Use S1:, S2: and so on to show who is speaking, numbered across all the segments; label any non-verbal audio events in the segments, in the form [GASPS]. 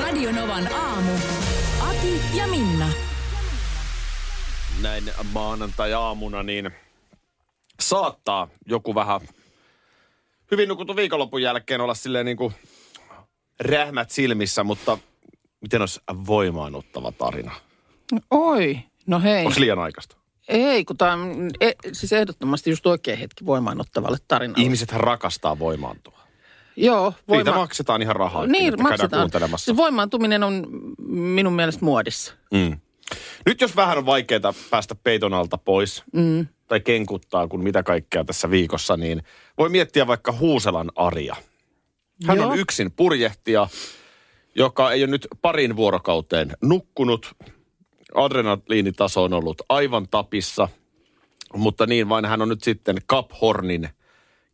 S1: Radionovan aamu. Ati ja Minna.
S2: näin maanantai-aamuna, niin saattaa joku vähän hyvin nukutun viikonlopun jälkeen olla silleen niin kuin rähmät silmissä, mutta miten olisi voimaanottava tarina?
S3: Oi, no hei.
S2: Onko liian aikaista?
S3: Ei, kun tämä on e, siis ehdottomasti just oikea hetki voimaanottavalle tarinalle.
S2: Ihmisethän rakastaa voimaantua.
S3: Joo,
S2: Voima... Siitä maksetaan ihan rahaa.
S3: Niin,
S2: että käydään
S3: maksetaan.
S2: kuuntelemassa.
S3: Se voimaantuminen on minun mielestä muodissa.
S2: Mm. Nyt jos vähän on vaikeaa päästä peiton alta pois mm. tai kenkuttaa, kun mitä kaikkea tässä viikossa, niin voi miettiä vaikka Huuselan Aria. Hän Joo.
S3: Joo.
S2: on yksin purjehtija, joka ei ole nyt parin vuorokauteen nukkunut. Adrenaliinitaso on ollut aivan tapissa, mutta niin vain hän on nyt sitten Cap Hornin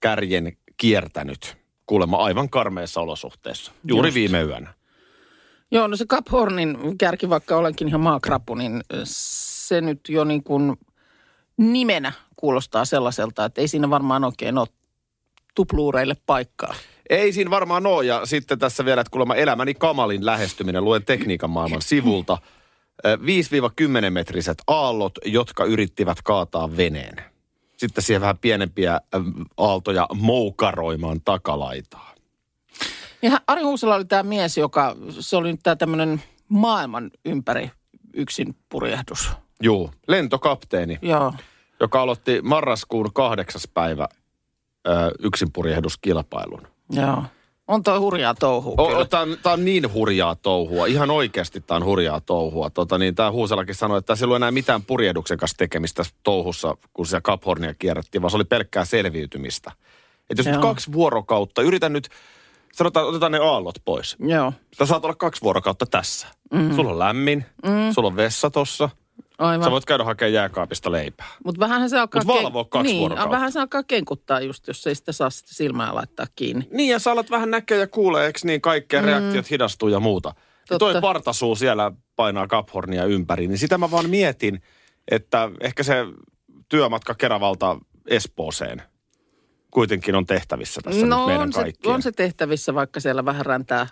S2: kärjen kiertänyt. Kuulemma aivan karmeissa olosuhteissa, juuri Just. viime yönä.
S3: Joo, no se Cap Hornin kärki, vaikka olenkin ihan maakrapu, niin se nyt jo niin kuin nimenä kuulostaa sellaiselta, että ei siinä varmaan oikein ole tupluureille paikkaa.
S2: Ei siinä varmaan ole. Ja sitten tässä vielä, että kuulemma elämäni kamalin lähestyminen. Luen tekniikan maailman sivulta. Ö, 5-10 metriset aallot, jotka yrittivät kaataa veneen. Sitten siihen vähän pienempiä ö, aaltoja moukaroimaan takalaitaa.
S3: Ja hän- Ari Huusela oli tämä mies, joka, se oli nyt tämä tämmöinen maailman ympäri yksin purjehdus.
S2: Juu, lentokapteeni,
S3: Joo.
S2: joka aloitti marraskuun kahdeksas päivä ö, yksinpurjehduskilpailun.
S3: Joo. On toi hurjaa touhua
S2: O,
S3: kyllä.
S2: o, tää, on, tää on niin hurjaa touhua. Ihan oikeasti tää on hurjaa touhua. Tota, niin tää Huuselakin sanoi, että tässä ei ollut enää mitään purjehduksen kanssa tekemistä tässä touhussa, kun siellä Caphornia kierrettiin, vaan se oli pelkkää selviytymistä. Et jos nyt
S3: Joo.
S2: kaksi vuorokautta, yritän nyt, sanotaan, otetaan ne aallot pois.
S3: Joo,
S2: Sä saat olla kaksi vuorokautta tässä. Mm. Sulla on lämmin, mm. sulla on vessa tossa.
S3: aivan.
S2: Sä voit käydä hakemaan jääkaapista leipää.
S3: Mutta vähän se alkaa...
S2: Mut valvoa kaksi
S3: niin,
S2: vuorokautta.
S3: vähän se alkaa kenkuttaa just, jos ei sitä saa sitä silmää laittaa kiinni.
S2: Niin, ja sä alat vähän näkee ja kuulee, eikö niin, kaikkea mm. reaktiot hidastuu ja muuta. Ja toi
S3: Totta.
S2: partasuu siellä painaa kaphornia ympäri, niin sitä mä vaan mietin, että ehkä se työmatka Keravalta Espooseen kuitenkin on tehtävissä tässä nyt meidän
S3: No, on se,
S2: kaikkien.
S3: on se tehtävissä, vaikka siellä vähän räntää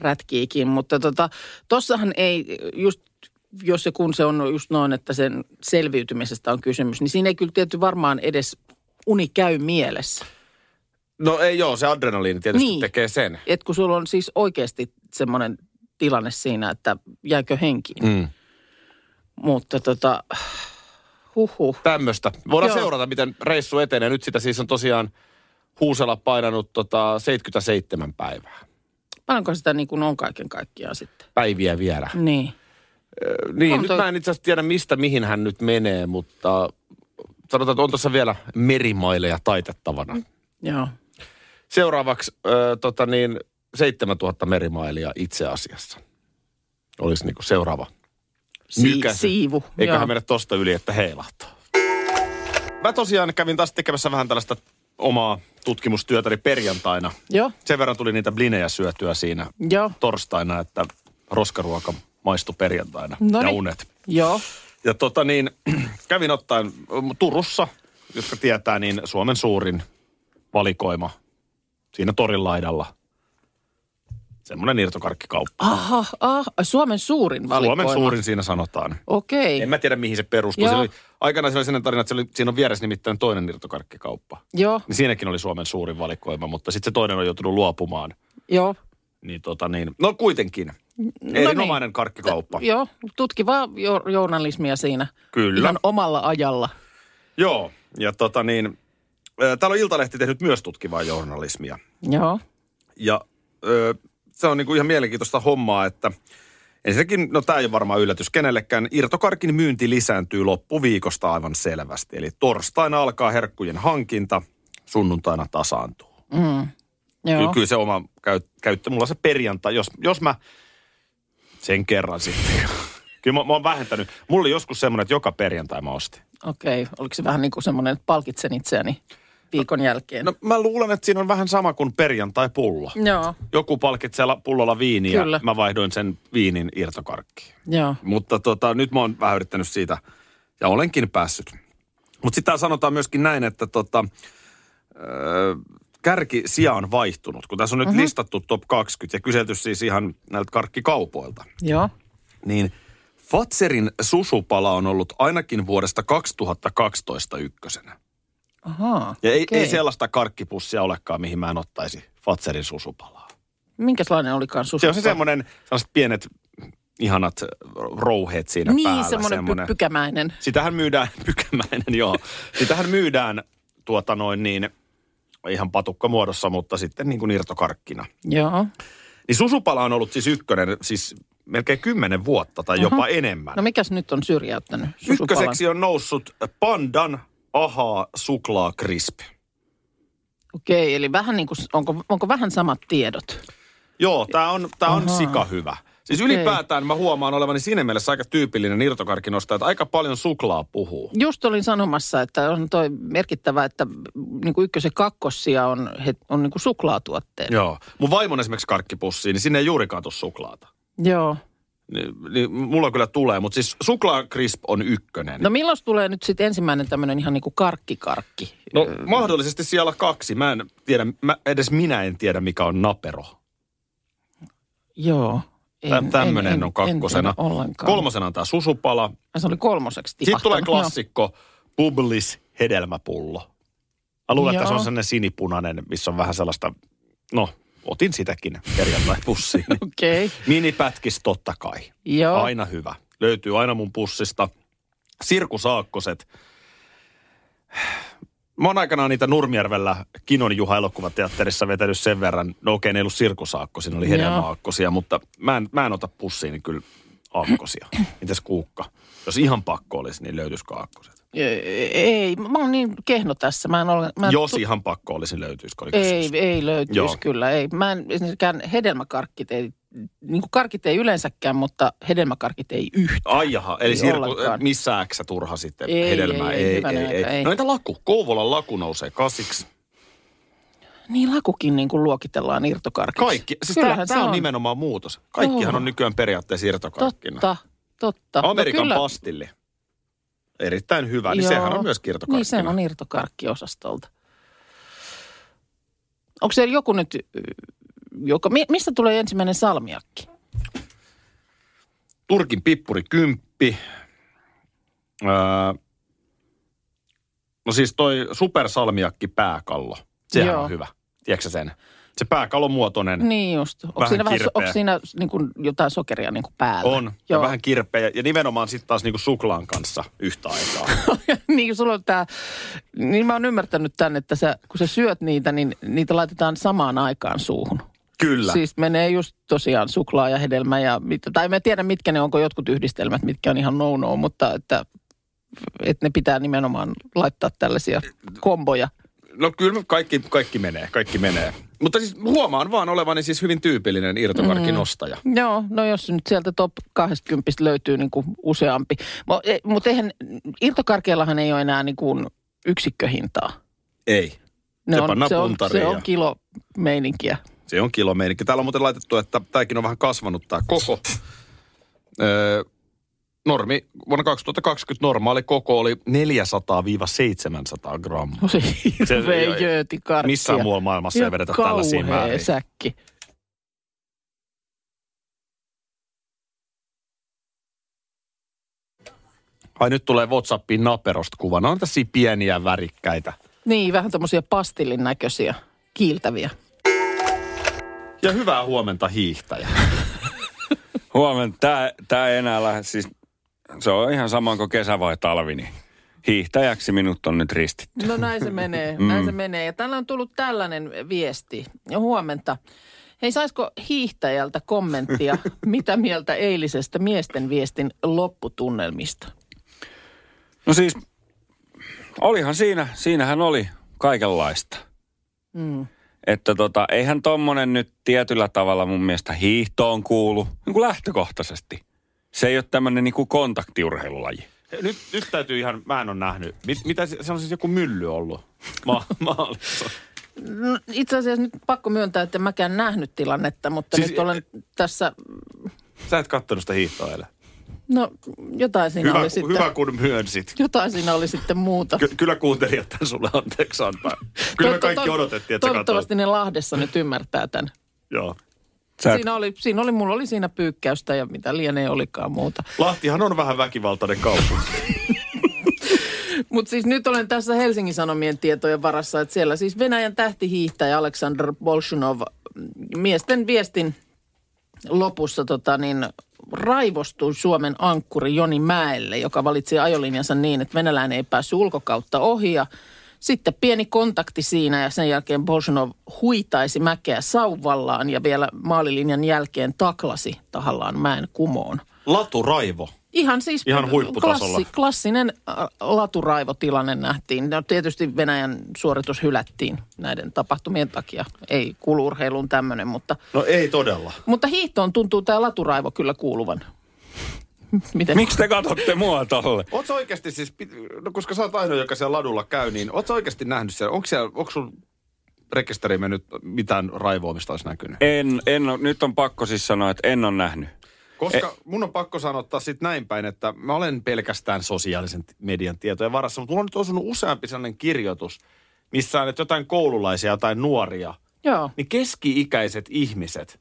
S3: rätkiikin, mutta tota, tossahan ei just jos ja kun se on just noin, että sen selviytymisestä on kysymys, niin siinä ei kyllä tietty varmaan edes uni käy mielessä.
S2: No ei joo, se adrenaliini tietysti niin.
S3: Niin.
S2: tekee sen.
S3: Et kun sulla on siis oikeasti semmoinen tilanne siinä, että jääkö henkiin. Mm.
S2: Mm.
S3: Mutta tota, huhhuh.
S2: Tämmöistä. Voidaan
S3: Joo.
S2: seurata, miten reissu etenee. Nyt sitä siis on tosiaan Huusela painanut tota 77 päivää.
S3: Paljonko sitä niin kuin on kaiken kaikkiaan sitten?
S2: Päiviä vielä.
S3: Niin.
S2: Niin,
S3: On
S2: nyt
S3: toi-
S2: mä en itse asiassa tiedä mistä mihin hän nyt menee, mutta äh, sanotaan, että on tuossa vielä merimaileja taitettavana.
S3: Mm. Joo.
S2: Seuraavaksi ö, tota niin, 7000 merimailia itse asiassa. Olisi niinku seuraava.
S3: Si-
S2: Nykäisy.
S3: siivu.
S2: Eiköhän
S3: Joo.
S2: mene tosta yli, että heilahtaa. Mä tosiaan kävin taas tekemässä vähän tällaista omaa tutkimustyötäni perjantaina.
S3: Joo.
S2: Sen verran tuli niitä blinejä syötyä siinä
S3: Joo.
S2: torstaina, että roskaruoka maistui perjantaina ja
S3: Noniin.
S2: unet.
S3: No niin. Joo.
S2: Ja tota niin, [CLEARS THROAT] kävin ottaen mm, Turussa, jotka tietää, niin Suomen suurin valikoima siinä torin laidalla. Semmoinen irtokarkkikauppa.
S3: Aha, aha, Suomen suurin valikoima.
S2: Suomen suurin siinä sanotaan.
S3: Okei.
S2: En mä tiedä, mihin se perustuu.
S3: Joo.
S2: Siinä Oli, aikanaan siinä oli sellainen tarina, että siellä oli, siinä on vieressä nimittäin toinen irtokarkkikauppa.
S3: Joo,
S2: Niin siinäkin oli Suomen suurin valikoima, mutta sitten se toinen on joutunut luopumaan.
S3: joo.
S2: Niin tota niin, no kuitenkin.
S3: niin.
S2: Erinomainen karkkikauppa.
S3: Joo, tutkivaa jo- journalismia siinä.
S2: Kyllä.
S3: Ihan omalla ajalla.
S2: Joo, ja tota niin, ö, täällä on Iltalehti tehnyt myös tutkivaa journalismia.
S3: Joo,
S2: Ja ö, se on niinku ihan mielenkiintoista hommaa, että ensinnäkin, no tämä ei ole varmaan yllätys kenellekään, irtokarkin myynti lisääntyy loppuviikosta aivan selvästi. Eli torstaina alkaa herkkujen hankinta, sunnuntaina tasaantuu.
S3: Joo.
S2: Kyllä, kyllä se oma käy, käyttö, mulla on se perjantai, jos, jos mä sen kerran sitten. [LAUGHS] kyllä mä, mä oon vähentänyt. Mulla oli joskus semmoinen, että joka perjantai mä ostin.
S3: Okei, okay. oliko se vähän niin kuin semmoinen, että palkitsen itseäni viikon jälkeen?
S2: No mä luulen, että siinä on vähän sama kuin perjantai-pulla.
S3: Joo,
S2: Joku palkitsee la- pullolla viiniä,
S3: Kyllä.
S2: Kyllä. mä vaihdoin sen viinin irtokarkkiin.
S3: joo.
S2: Mutta tota, nyt mä oon vähän yrittänyt siitä, ja olenkin päässyt. Mutta sitä sanotaan myöskin näin, että tota, öö, kärki sija on vaihtunut. Kun tässä on nyt mm-hmm. listattu top 20 ja kyselty siis ihan näiltä karkkikaupoilta,
S3: Joo.
S2: niin Fatserin susupala on ollut ainakin vuodesta 2012 ykkösenä.
S3: Ahaa,
S2: Ja ei,
S3: okei.
S2: ei sellaista karkkipussia olekaan, mihin mä en ottaisi Fatserin susupalaa.
S3: Minkälainen olikaan susukka?
S2: Se on se semmoinen, sellaiset pienet ihanat rouheet siinä
S3: Niin,
S2: päällä.
S3: semmoinen, semmoinen. Py- pykämäinen.
S2: Sitähän myydään, [LAUGHS] pykämäinen joo, sitähän myydään tuota noin niin, ihan patukkamuodossa, mutta sitten niin kuin irtokarkkina.
S3: Joo.
S2: Niin susupala on ollut siis ykkönen, siis melkein kymmenen vuotta tai jopa uh-huh. enemmän.
S3: No mikäs nyt on syrjäyttänyt susupalan?
S2: Ykköseksi on noussut pandan ahaa suklaa crisp.
S3: Okei, eli vähän niin kuin, onko, onko vähän samat tiedot?
S2: Joo, tämä on, tää on
S3: Ahaa.
S2: sika hyvä. Siis
S3: Okei.
S2: ylipäätään mä huomaan olevani siinä mielessä aika tyypillinen irtokarkinosta, että aika paljon suklaa puhuu.
S3: Just olin sanomassa, että on toi merkittävä, että niin kuin ykkös- ja kakkosia on, het- on niin kuin suklaatuotteet.
S2: Joo. Mun vaimon esimerkiksi karkkipussiin, niin sinne ei juurikaan tuu suklaata.
S3: Joo.
S2: Niin, niin mulla kyllä tulee, mutta siis suklaakrisp on ykkönen.
S3: No milloin tulee nyt sitten ensimmäinen tämmöinen ihan niin kuin karkkikarkki?
S2: no mahdollisesti siellä kaksi. Mä en tiedä, mä, edes minä en tiedä mikä on napero.
S3: Joo.
S2: Tä- tämmönen on kakkosena.
S3: En, tiedä ollenkaan.
S2: Kolmosena on tää susupala.
S3: Ai, Se oli kolmoseksi
S2: Sitten
S3: tipahtanut. [LAUGHS]
S2: tulee klassikko, publis hedelmäpullo. Mä luulen, että se
S3: Joo.
S2: on sellainen sinipunainen, missä on vähän sellaista, no otin sitäkin perjantai-pussiin.
S3: Joo. Okei. Okay.
S2: Minipätkis totta kai.
S3: Joo.
S2: Aina hyvä. Löytyy aina mun pussista. Sirkusaakkoset. Mä oon aikanaan niitä Nurmijärvellä Kinon Juha elokuvateatterissa vetänyt sen verran. No okei, ne ei ollut sirkusaakko, siinä oli
S3: Joo.
S2: hedelmäaakkosia, mutta mä en, mä en ota pussiin niin kyllä aakkosia. Mitäs kuukka? Jos ihan pakko olisi, niin löytyisikö aakkoset?
S3: Ei, Ei, mä oon niin kehno tässä. Mä en ole, mä en
S2: Jos
S3: tu-
S2: ihan pakko olisi, niin löytyisikö? Oli
S3: Ei,
S2: kysymys.
S3: ei löytyisi Joo.
S2: Joo.
S3: kyllä. Ei. Mä en ensinnäkään hedelmäkarkkit ei, niin kuin karkit ei yleensäkään, mutta hedelmäkarkit ei yhtään.
S2: Ai jaha, eli
S3: Ei
S2: sirku,
S3: ollenkaan.
S2: missä äksä turha sitten
S3: Ei,
S2: hedelmää?
S3: ei, ei, hyvänä aika, ei.
S2: No entä laku? Kouvolan laku nousee kasiksi.
S3: Niin lakukin niin kuin luokitellaan irtokarkiksi.
S2: Kaikki. Siis tämä,
S3: Kyllähän
S2: tämä
S3: se
S2: on nimenomaan muutos. Kaikkihan
S3: Joo.
S2: on nykyään periaatteessa irtokarkkina.
S3: Totta, totta. No
S2: Amerikan pastilli. Erittäin hyvä. Niin sehän on myös irtokarkkina.
S3: Niin se on irtokarkkiosastolta. Onko siellä joku nyt, y- joka, mi- mistä tulee ensimmäinen salmiakki?
S2: Turkin pippuri kymppi. Öö, no siis toi supersalmiakki pääkallo. Sehän
S3: Joo.
S2: on hyvä. Tiedätkö sä sen? Se pääkallon muotoinen.
S3: Niin just. Onko
S2: Vähän
S3: siinä, vähän, so-
S2: kirpeä.
S3: onko siinä niin kuin jotain sokeria niin kuin päällä?
S2: On. Ja vähän kirpeä. Ja nimenomaan sitten taas niinku suklaan kanssa yhtä aikaa.
S3: [LAUGHS] niin sulla on tää, niin mä oon ymmärtänyt tän, että sä, kun sä syöt niitä, niin niitä laitetaan samaan aikaan suuhun.
S2: Kyllä.
S3: Siis menee just tosiaan suklaa ja hedelmä ja, mit, tai mä en tiedä mitkä ne, onko jotkut yhdistelmät, mitkä on ihan no-no, mutta että, että ne pitää nimenomaan laittaa tällaisia komboja.
S2: No kyllä kaikki, kaikki menee, kaikki menee. Mutta siis huomaan vaan olevani siis hyvin tyypillinen irtokarkkinostaja. Mm.
S3: Joo, no jos nyt sieltä top 20 löytyy niin kuin useampi. Mutta eihän, irtokarkeellahan ei ole enää niin kuin yksikköhintaa.
S2: Ei, Se pannaan
S3: se, on,
S2: puntariin
S3: se
S2: ja-
S3: on kilo meininkiä.
S2: se on kilomeinikki. Täällä on muuten laitettu, että tämäkin on vähän kasvanut tämä koko. Öö, normi, vuonna 2020 normaali koko oli 400-700 grammaa.
S3: No se
S2: Se-
S3: hirveä
S2: ei-
S3: jöötikarkkia.
S2: Missään muualla maailmassa ei vedetä tällaisia määriä.
S3: säkki.
S2: Ai nyt tulee Whatsappiin naperosta kuva. No on tässä pieniä värikkäitä.
S3: Niin, vähän tämmöisiä pastillin näköisiä, kiiltäviä.
S2: Ja hyvää huomenta hiihtäjä.
S4: Huomenna. Tää, tää ei enää lähde, siis se on ihan sama kuin kesä vai talvi, niin hiihtäjäksi minut on nyt ristit.
S3: No näin se menee,
S2: Mm.
S3: näin se menee. Ja täällä on tullut tällainen viesti. Ja huomenta. Hei, saisiko hiihtäjältä
S2: [LAUGHS]
S3: kommenttia, mitä mieltä eilisestä miesten viestin lopputunnelmista?
S4: No siis, olihan siinä, siinähän oli kaikenlaista. Mm. Että tota, eihän tommonen nyt tietyllä tavalla mun mielestä hiihtoon kuulu, niin kuin lähtökohtaisesti. Se ei ole tämmöinen niin kuin kontaktiurheilulaji.
S2: Nyt, nyt täytyy ihan, mä en ole nähnyt. Mit, mitä se se on siis joku mylly ollut ma- [LAUGHS] maalissa?
S3: No, Itse asiassa nyt pakko myöntää, että en mäkään nähnyt tilannetta, mutta
S2: Siis-
S3: siis, nyt olen tässä,
S2: Sä et kattonut sitä hiihtoa eilen.
S3: no jotain siinä,
S2: Hyvä,
S3: oli,
S2: ku-
S3: sitten,
S2: hyvä kun myönsit.
S3: jotain siinä oli sitten muuta.
S2: Ky- kyllä kuuntelijat tämän sulle anteeksi antaa. Kyllä me
S3: Toivotto-
S2: kaikki odotettiin, että sä katsoit.
S3: Toivottavasti ne Lahdessa nyt ymmärtää tämän.
S2: Joo.
S4: Sä et,
S3: Siinä oli, siinä oli, mulla oli siinä pyykkäystä ja mitä lienee olikaan muuta.
S2: Lahtihan on vähän väkivaltainen kaupunki.
S3: Mutta siis nyt olen tässä Helsingin Sanomien tietojen varassa, että siellä siis Venäjän tähtihiihtäjä Aleksandr Bolshunov mm, miesten viestin lopussa tota niin, raivostui Suomen ankkuri Joni Mäelle, joka valitsi ajolinjansa niin, että venäläinen ei päässyt ulkokautta ohi ja sitten pieni kontakti siinä ja sen jälkeen Bolshunov huitaisi mäkeä sauvallaan ja vielä maalilinjan jälkeen taklasi tahallaan mäen kumoon.
S2: Latu Raivo.
S3: Ihan siis
S2: Ihan huipputasolla.
S3: klassinen äh, laturaivotilanne nähtiin. No, tietysti Venäjän suoritus hylättiin näiden tapahtumien takia. Ei kulurheiluun tämmöinen, mutta,
S2: No ei todella.
S3: mutta hiihtoon tuntuu tämä laturaivo kyllä kuuluvan. [LAUGHS] Miten?
S4: miksi te katsotte mua tolle?
S2: Oot sä oikeasti siis, pit- no koska sä oot ainoa, joka siellä ladulla käy, niin oot sä oikeasti nähnyt siellä, onko siellä, onko sun rekisteri mennyt mitään raivoamista olisi näkynyt?
S4: En, en ole, nyt on pakko siis sanoa, että en ole nähnyt.
S2: Koska
S3: Eh.
S2: mun on pakko sanottaa sit näin päin, että mä olen pelkästään sosiaalisen t- median tietojen varassa, mutta mulla on nyt osunut useampi sellainen kirjoitus, missä on että jotain koululaisia, jotain nuoria,
S3: Joo.
S2: niin keski-ikäiset ihmiset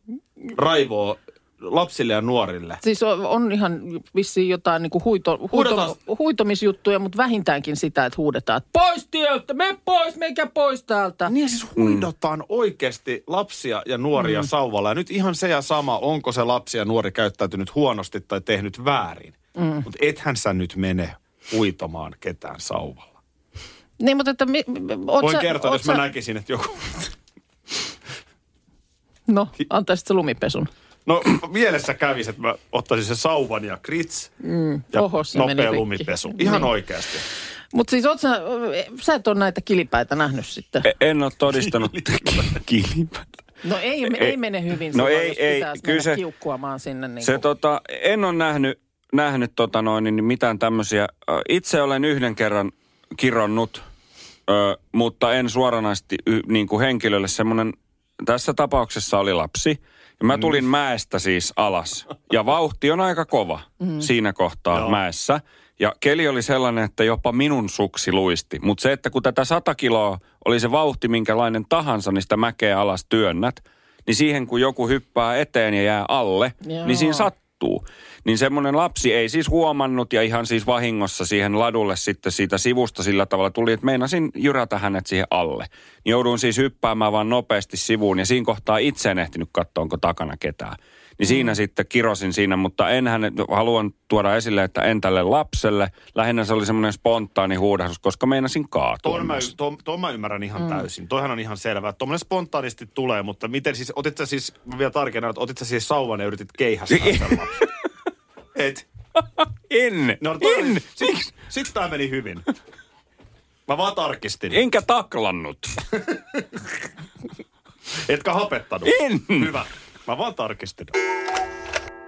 S2: raivoo lapsille ja nuorille.
S3: Siis on, on ihan vissiin jotain niin kuin huito,
S2: Huudetaan.
S3: huuto, huitomisjuttuja, mutta vähintäänkin sitä, että huudetaan, että pois tieltä, me pois, meikä pois täältä.
S2: Niin ja siis huidotaan mm. oikeasti lapsia ja nuoria mm. sauvalla. Ja nyt ihan se ja sama, onko se lapsi ja nuori käyttäytynyt huonosti tai tehnyt väärin. Mm. Mutta ethän sä nyt mene huitomaan ketään sauvalla.
S3: Niin, mutta että... Mi, mi, oot
S2: Voin
S3: sä-
S2: kertoa,
S3: oot
S2: jos mä
S3: sä-
S2: näkisin, että joku...
S3: No, antaisit se lumipesun.
S2: No mielessä kävisi, että mä ottaisin sen sauvan ja krits mm. ja
S3: Oho, se meni
S2: nopea
S3: rikki.
S2: lumipesu. Ihan niin. oikeasti.
S3: Mutta siis oot sä, sä et ole näitä kilipäitä nähnyt sitten.
S4: E- En ole todistanut kilipä.
S3: No ei, ei, ei mene hyvin
S4: No
S3: sulla,
S4: ei,
S3: jos
S4: ei,
S3: pitäisi
S4: kyllä
S3: mennä
S4: se-
S3: kiukkuamaan sinne. Niin
S4: Se tota, en ole nähnyt, nähnyt tota noin, niin mitään tämmöisiä. Ö, Itse olen yhden kerran kironnut, ö, mutta en suoranaisesti y, niin kuin henkilölle semmoinen, tässä tapauksessa oli lapsi. Ja mä tulin mm. mäestä siis alas. Ja vauhti on aika kova mm. siinä kohtaa Joo. mäessä. Ja keli oli sellainen, että jopa minun suksi luisti. Mutta se, että kun tätä 100 kiloa oli se vauhti minkälainen tahansa, niin sitä mäkeä alas työnnät, niin siihen kun joku hyppää eteen ja jää alle,
S3: Joo.
S4: Joo. niin siinä sattuu. Niin semmoinen lapsi ei siis huomannut ja ihan siis vahingossa siihen ladulle sitten siitä sivusta sillä tavalla tuli, että meinasin jyrätä hänet siihen alle. Niin jouduin siis hyppäämään vaan nopeasti sivuun ja siinä kohtaa itse en ehtinyt katsoa, onko takana ketään. Niin siinä sitten kirosin siinä, mutta en hänet, haluan tuoda esille, että en tälle lapselle. Lähinnä se oli semmoinen spontaani huudahdus, koska meinasin kaatua.
S2: Tuon mä,
S4: myös.
S2: tuon, tuon mä ymmärrän ihan mm. täysin. Toihan on ihan selvää. Tuommoinen spontaanisti tulee, mutta miten siis, otit sä siis, mä vielä tarkennan, että otit sä siis sauvan ja yritit keihästää sen lapsen? Et.
S4: En,
S2: No, toi oli-
S4: en,
S2: sit, Miksi? Sit tää meni hyvin. Mä vaan tarkistin.
S4: enkä taklannut.
S2: Etkä hapettanut.
S4: En.
S2: Hyvä. Mä vaan tarkistin.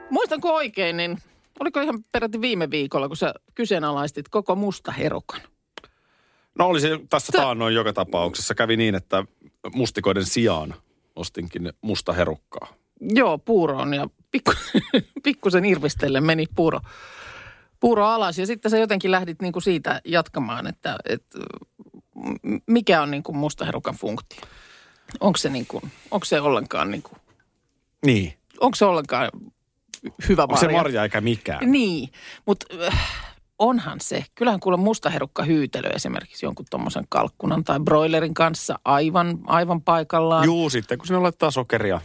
S3: Muistanko oikein, niin oliko ihan peräti viime viikolla, kun sä kyseenalaistit koko musta herukan?
S2: No oli se tässä taannoin joka tapauksessa. Kävi niin, että mustikoiden sijaan ostinkin musta herukkaa.
S3: Joo, puuroon ja pikku, [LAUGHS] pikkusen irvistellen meni puuro, puuro alas. Ja sitten sä jotenkin lähdit niinku siitä jatkamaan, että et, m- mikä on niinku musta herukan funktio? Onko se, niinku, onko se ollenkaan, niinku,
S2: Niin.
S3: onko se ollenkaan hyvä
S2: Onko se
S3: marja?
S2: marja eikä mikään?
S3: Niin, mutta onhan se. Kyllähän kuule mustaherukka hyytelö esimerkiksi jonkun tuommoisen kalkkunan tai broilerin kanssa aivan, aivan paikallaan.
S2: Juu, sitten kun sinä laittaa sokeria.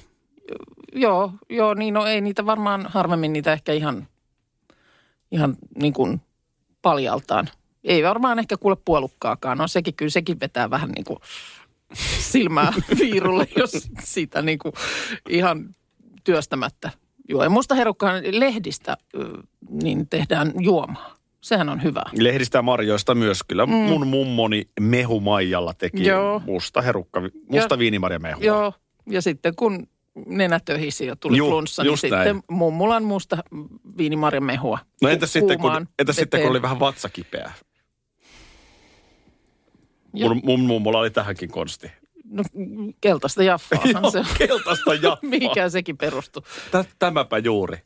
S3: Joo, joo, niin no ei niitä varmaan harvemmin niitä ehkä ihan, ihan niin kuin paljaltaan. Ei varmaan ehkä kuule puolukkaakaan. No sekin kyllä, sekin vetää vähän niin kuin
S2: [LAUGHS]
S3: silmää viirulle, jos sitä niin kuin ihan työstämättä juo. Ja musta herukkaan lehdistä ö, niin tehdään juomaa. Sehän on hyvä.
S2: Lehdistä ja marjoista myös kyllä. Mm. Mun mummoni Mehu Maijalla teki
S3: Joo.
S2: musta herukka, musta
S3: Ja-
S2: viinimarja mehua.
S3: Joo, ja sitten kun nenä töhisi ja tuli
S2: Juu,
S3: flunssa, niin
S2: just
S3: sitten
S2: näin.
S3: mummulan musta viinimarjan mehua.
S2: No
S3: ku-
S2: entäs sitten, kun,
S3: kuumaan
S2: entäs sitten, kun
S3: veteen.
S2: oli vähän vatsakipeä?
S3: Ja-
S2: Mun, mun mummolla oli tähänkin konsti.
S3: No, keltaista jaffaahan se on.
S2: Keltaista jaffaa.
S3: [LAUGHS] Mikä sekin perustuu.
S2: Tä- Tämäpä juuri.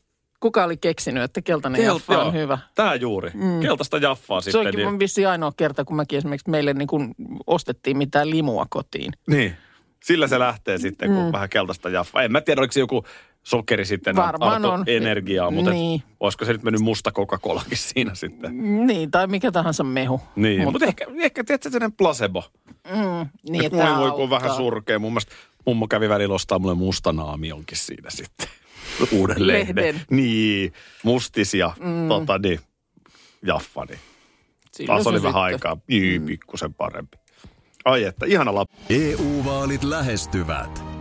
S3: Kuka oli keksinyt, että keltainen
S2: Kel-
S3: jaffa
S2: joo.
S3: on hyvä?
S2: Tää juuri. Mm. Keltaista jaffaa
S3: Se
S2: sitten.
S3: onkin
S2: niin.
S3: niin. vissiin ainoa kerta, kun mäkin esimerkiksi meille niin kun ostettiin mitään limua kotiin.
S2: Niin. Sillä se lähtee sitten, kun mm. vähän keltaista jaffaa. En mä tiedä, oliko se joku sokeri sitten
S3: Varmaan
S2: antoi
S3: on.
S2: energiaa, mutta niin.
S3: Niin.
S2: et, olisiko se nyt mennyt musta Coca-Colakin siinä sitten.
S3: Niin, tai mikä tahansa mehu.
S2: Niin, mutta, mutta ehkä, ehkä tiedätkö, sellainen placebo.
S3: niin
S2: Et
S3: että
S2: voi
S3: tää
S2: voi, kun on vähän
S3: auttaa.
S2: surkea. Mun mielestä mummo kävi välillä ostaa mulle mustan aamionkin siinä sitten. [LAUGHS] Uuden lehden.
S3: Lehden.
S2: lehden. Niin, mustisia, mm. tota niin, jaffa niin.
S3: Silloin
S2: Taas
S3: no se
S2: oli vähän
S3: sitten. Mm.
S2: aikaa. Niin, pikkusen parempi. Ai että, ihana lapsi.
S5: EU-vaalit E lähestyvät.